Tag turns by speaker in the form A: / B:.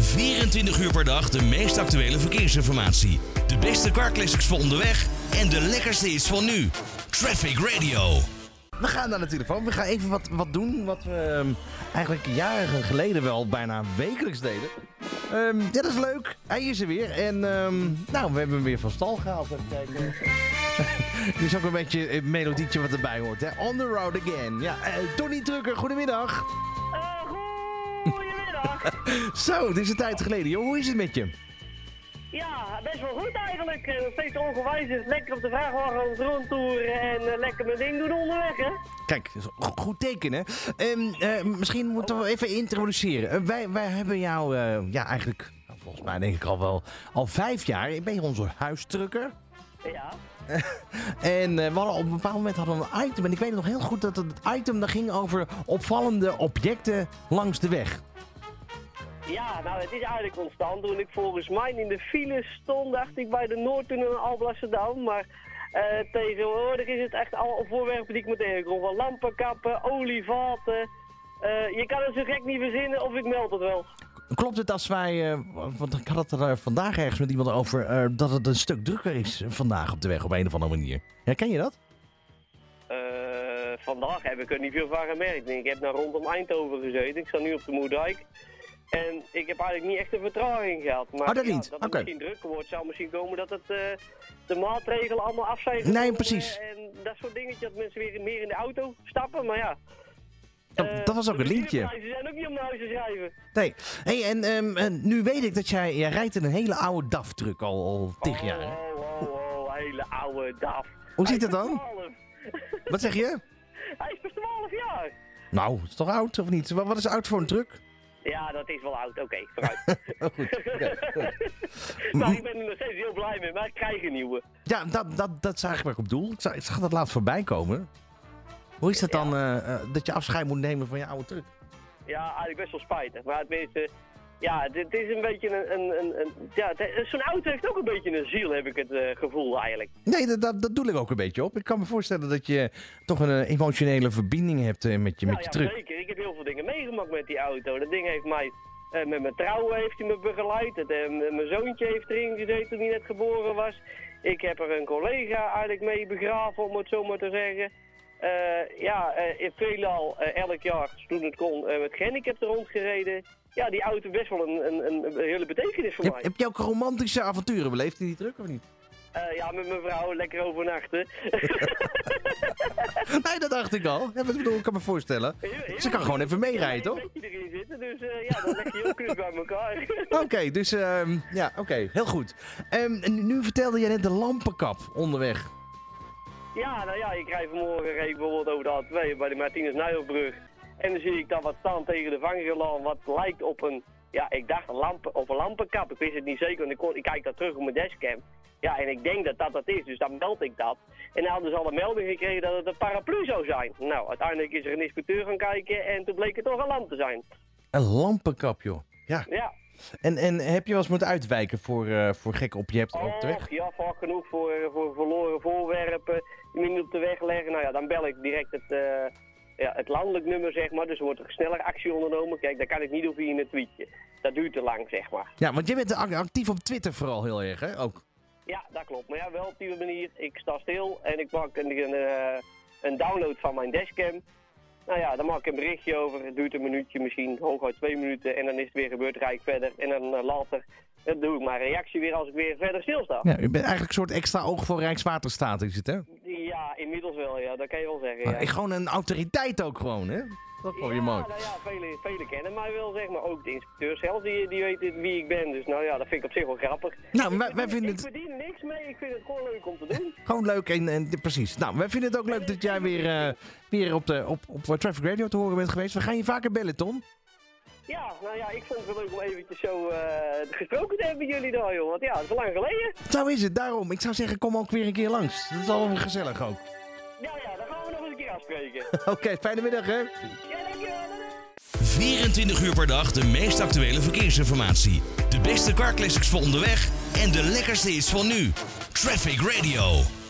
A: 24 uur per dag de meest actuele verkeersinformatie. De beste carclassics voor onderweg en de lekkerste is van nu. Traffic Radio.
B: We gaan naar de telefoon. We gaan even wat, wat doen wat we ehm, eigenlijk jaren geleden wel bijna wekelijks deden. Ehm, ja, dat is leuk. Hij is er weer. En ehm, nou, we hebben hem weer van stal gehaald. Even kijken. Er is ook een beetje een melodietje wat erbij hoort. Hè? On the road again. Ja, eh, Tony Drukker, goedemiddag.
C: Eh, goedemiddag.
B: Zo, het is een tijd geleden. Joh, hoe is het met je?
C: Ja, best wel goed eigenlijk. Eh, Nog steeds ongewijs. is lekker op de vrachtwagen rondtoeren en eh, lekker mijn ding doen onderweg, hè?
B: Kijk, dat is een go- goed teken hè. Ehm, eh, misschien moeten we even introduceren. Eh, wij, wij hebben jou, eh, ja eigenlijk, nou, volgens mij denk ik al wel, al vijf jaar ben je onze huistrukker.
C: Ja.
B: En eh, we hadden op een bepaald moment hadden we een item. En ik weet nog heel goed dat het item daar ging over opvallende objecten langs de weg.
C: Ja, nou, het is eigenlijk ontstaan toen ik volgens mij in de file stond, dacht ik, bij de Noordtunnel in Alblasserdam. Maar eh, tegenwoordig is het echt al voorwerpen die ik me tegenkom. Van lampenkappen, olievaten. Eh, je kan het zo gek niet verzinnen of ik meld het wel.
B: Klopt het als wij. eh, want ik had het er eh, vandaag ergens met iemand over. eh, dat het een stuk drukker is eh, vandaag op de weg op een of andere manier. Herken je dat?
C: Eh, vandaag heb ik er niet veel van gemerkt. Ik heb nou rondom Eindhoven gezeten. Ik sta nu op de Moerdijk. En ik heb eigenlijk niet echt een vertraging gehad. Maar
B: Oh, dat
C: ja,
B: niet?
C: dat het
B: Oké.
C: misschien drukker wordt, zou misschien komen dat het, eh, de maatregelen allemaal af zijn.
B: Nee,
C: genomen
B: precies.
C: En dat soort dingetjes, dat mensen weer meer in de auto stappen. Maar ja.
B: Dat-
C: eh,
B: dat was ook
C: de
B: een liedje.
C: Ze zijn ook niet om naar huis te schrijven.
B: Nee. Hey, en, ehm, en nu weet ik dat jij. Jij rijdt in een hele oude DAF-truck al, al tig jaar. hè?
C: Oh, oh, oh, hele oude DAF.
B: Hoe
C: Hij
B: ziet
C: is
B: het
C: pas
B: dan?
C: 12.
B: Wat zeg je?
C: Hij is pas 12 jaar.
B: Nou, het is toch oud of niet? Wa- Wat is oud voor een truck?
C: Ja, dat is wel oud. Oké, vooruit.
B: Oh, goed. Oké. Nou,
C: maar ik ben er nog steeds heel blij mee, maar ik krijg een nieuwe.
B: Ja, dat, dat, dat is eigenlijk waar ik op doel. Ik zag, ik zag dat laatst voorbij komen. Hoe is dat dan eh, eh, dat je afscheid moet nemen van je oude truck?
C: Ja, eigenlijk best wel spijtig. Maar het meeste, ja, het, het is een beetje een, een, een, een- ja, het- zo'n auto heeft ook een beetje een ziel, heb ik het eh, gevoel eigenlijk.
B: Nee, dat, dat, dat doe ik ook een beetje op. Ik kan me voorstellen dat je toch een eh, emotionele verbinding hebt eh, met je, met
C: Nou
B: je
C: ja,
B: truck.
C: zeker. Ik heb heel veel dingen meegemaakt met die auto. Dat ding heeft mij, eh, met mijn trouwen heeft hij me begeleid. Het, eh, m- mijn zoontje heeft erin gezeten toen hij net geboren was. Ik heb er een collega eigenlijk mee begraven, om het zo maar te zeggen. Eh, ja, eh, veelal eh, elk jaar, toen het kon, eh, met gehandicapten rondgereden. Ja, die auto heeft best wel een, een, een een hele betekenis voor
B: Heb,
C: mij.
B: heb je ook romantische avonturen beleefd in die truck of niet?
C: Eh, ja, met mijn vrouw, lekker overnachten.
B: nee, dat dacht ik al. Ja, wat bedoel, ik kan me voorstellen. Ze kan gewoon even meerijden, toch?
C: Een beetje erin zitten, dus eh, ja, dan leg je heel knus bij elkaar.
B: Oké, dus ehm, ja, oké, heel goed. Ehm, en nu vertelde je net de lampenkap onderweg.
C: Ja, nou ja, ik rij vanmorgen reed ik bijvoorbeeld over de A2 bij de Martinus Nijhoofdbrug. En dan zie ik daar wat staan tegen de vangrail wat lijkt op een, ja, ik dacht een lampen, op een lampenkap. Ik wist het niet zeker, want ik, kon, ik kijk daar terug op mijn dashcam. Ja, en ik denk dat dat dat is, dus dan meld ik dat. En dan hadden ze al een melding gekregen dat het een paraplu zou zijn. Nou, uiteindelijk is er een inspecteur gaan kijken en toen bleek het toch een lamp te zijn.
B: Een lampenkap, joh. Ja.
C: Ja,
B: En, en heb je wel eens moeten uitwijken voor, eh voor gekke objecten op de weg?
C: Och, Oh, ja, vaak genoeg voor, eh, voor verloren voorwerpen, minder op de weg leggen. Nou ja, dan bel ik direct het, eh, ja, het landelijk nummer, zeg maar. Dus er wordt er sneller actie ondernomen. Kijk, dat kan ik niet doen via een tweetje. Dat duurt te lang, zeg maar.
B: Ja, want jij bent act- actief op Twitter vooral heel erg, hè? Ook.
C: Ja, dat klopt. Maar ja, wel op die manier. Ik sta stil en ik maak een, een, eh, een download van mijn dashcam. Nou ja, dan maak ik een berichtje over. Het duurt een minuutje misschien, hooguit twee minuten. En dan is het weer gebeurd, rijd ik verder. En dan eh, later dan doe ik mijn reactie weer als ik weer verder stilsta.
B: Ja, je bent eigenlijk een soort extra oog voor Rijkswaterstaat, is het, hè?
C: Ja, inmiddels wel, ja. Dat kan je wel zeggen, ja.
B: Maar ik- gewoon een autoriteit ook gewoon, hè? Dat is wel weer
C: ja,
B: mooi.
C: Nou ja, velen velen kennen mij wel, zeg maar. Ook de inspecteur zelf, die, die weet wie ik ben. Dus nou ja, dat vind ik op zich wel grappig.
B: Nou, wij, wij vinden
C: Ik
B: het
C: verdien niks mee, ik vind het gewoon leuk om te doen.
B: gewoon leuk en, en precies. Nou, wij vinden het ook leuk dat jij weer, eh, weer op, de, op, op eh, Traffic Radio te horen bent geweest. We gaan je vaker bellen, Tom.
C: Ja, nou ja, ik vond het wel leuk om eventjes zo eh, gesproken te hebben met jullie daar, joh. Want ja, dat is al lang geleden.
B: Zo is het, daarom. Ik zou zeggen, kom ook weer een keer langs. Dat is allemaal gezellig ook.
C: Ja, ja, dan gaan we nog eens een keer afspreken.
B: Oké, fijne middag, hè?
C: ja, dankjewel. doei, doei.
A: 24 uur per dag de meest actuele verkeersinformatie. De beste carclassics voor onderweg en de lekkerste is van nu. Traffic Radio.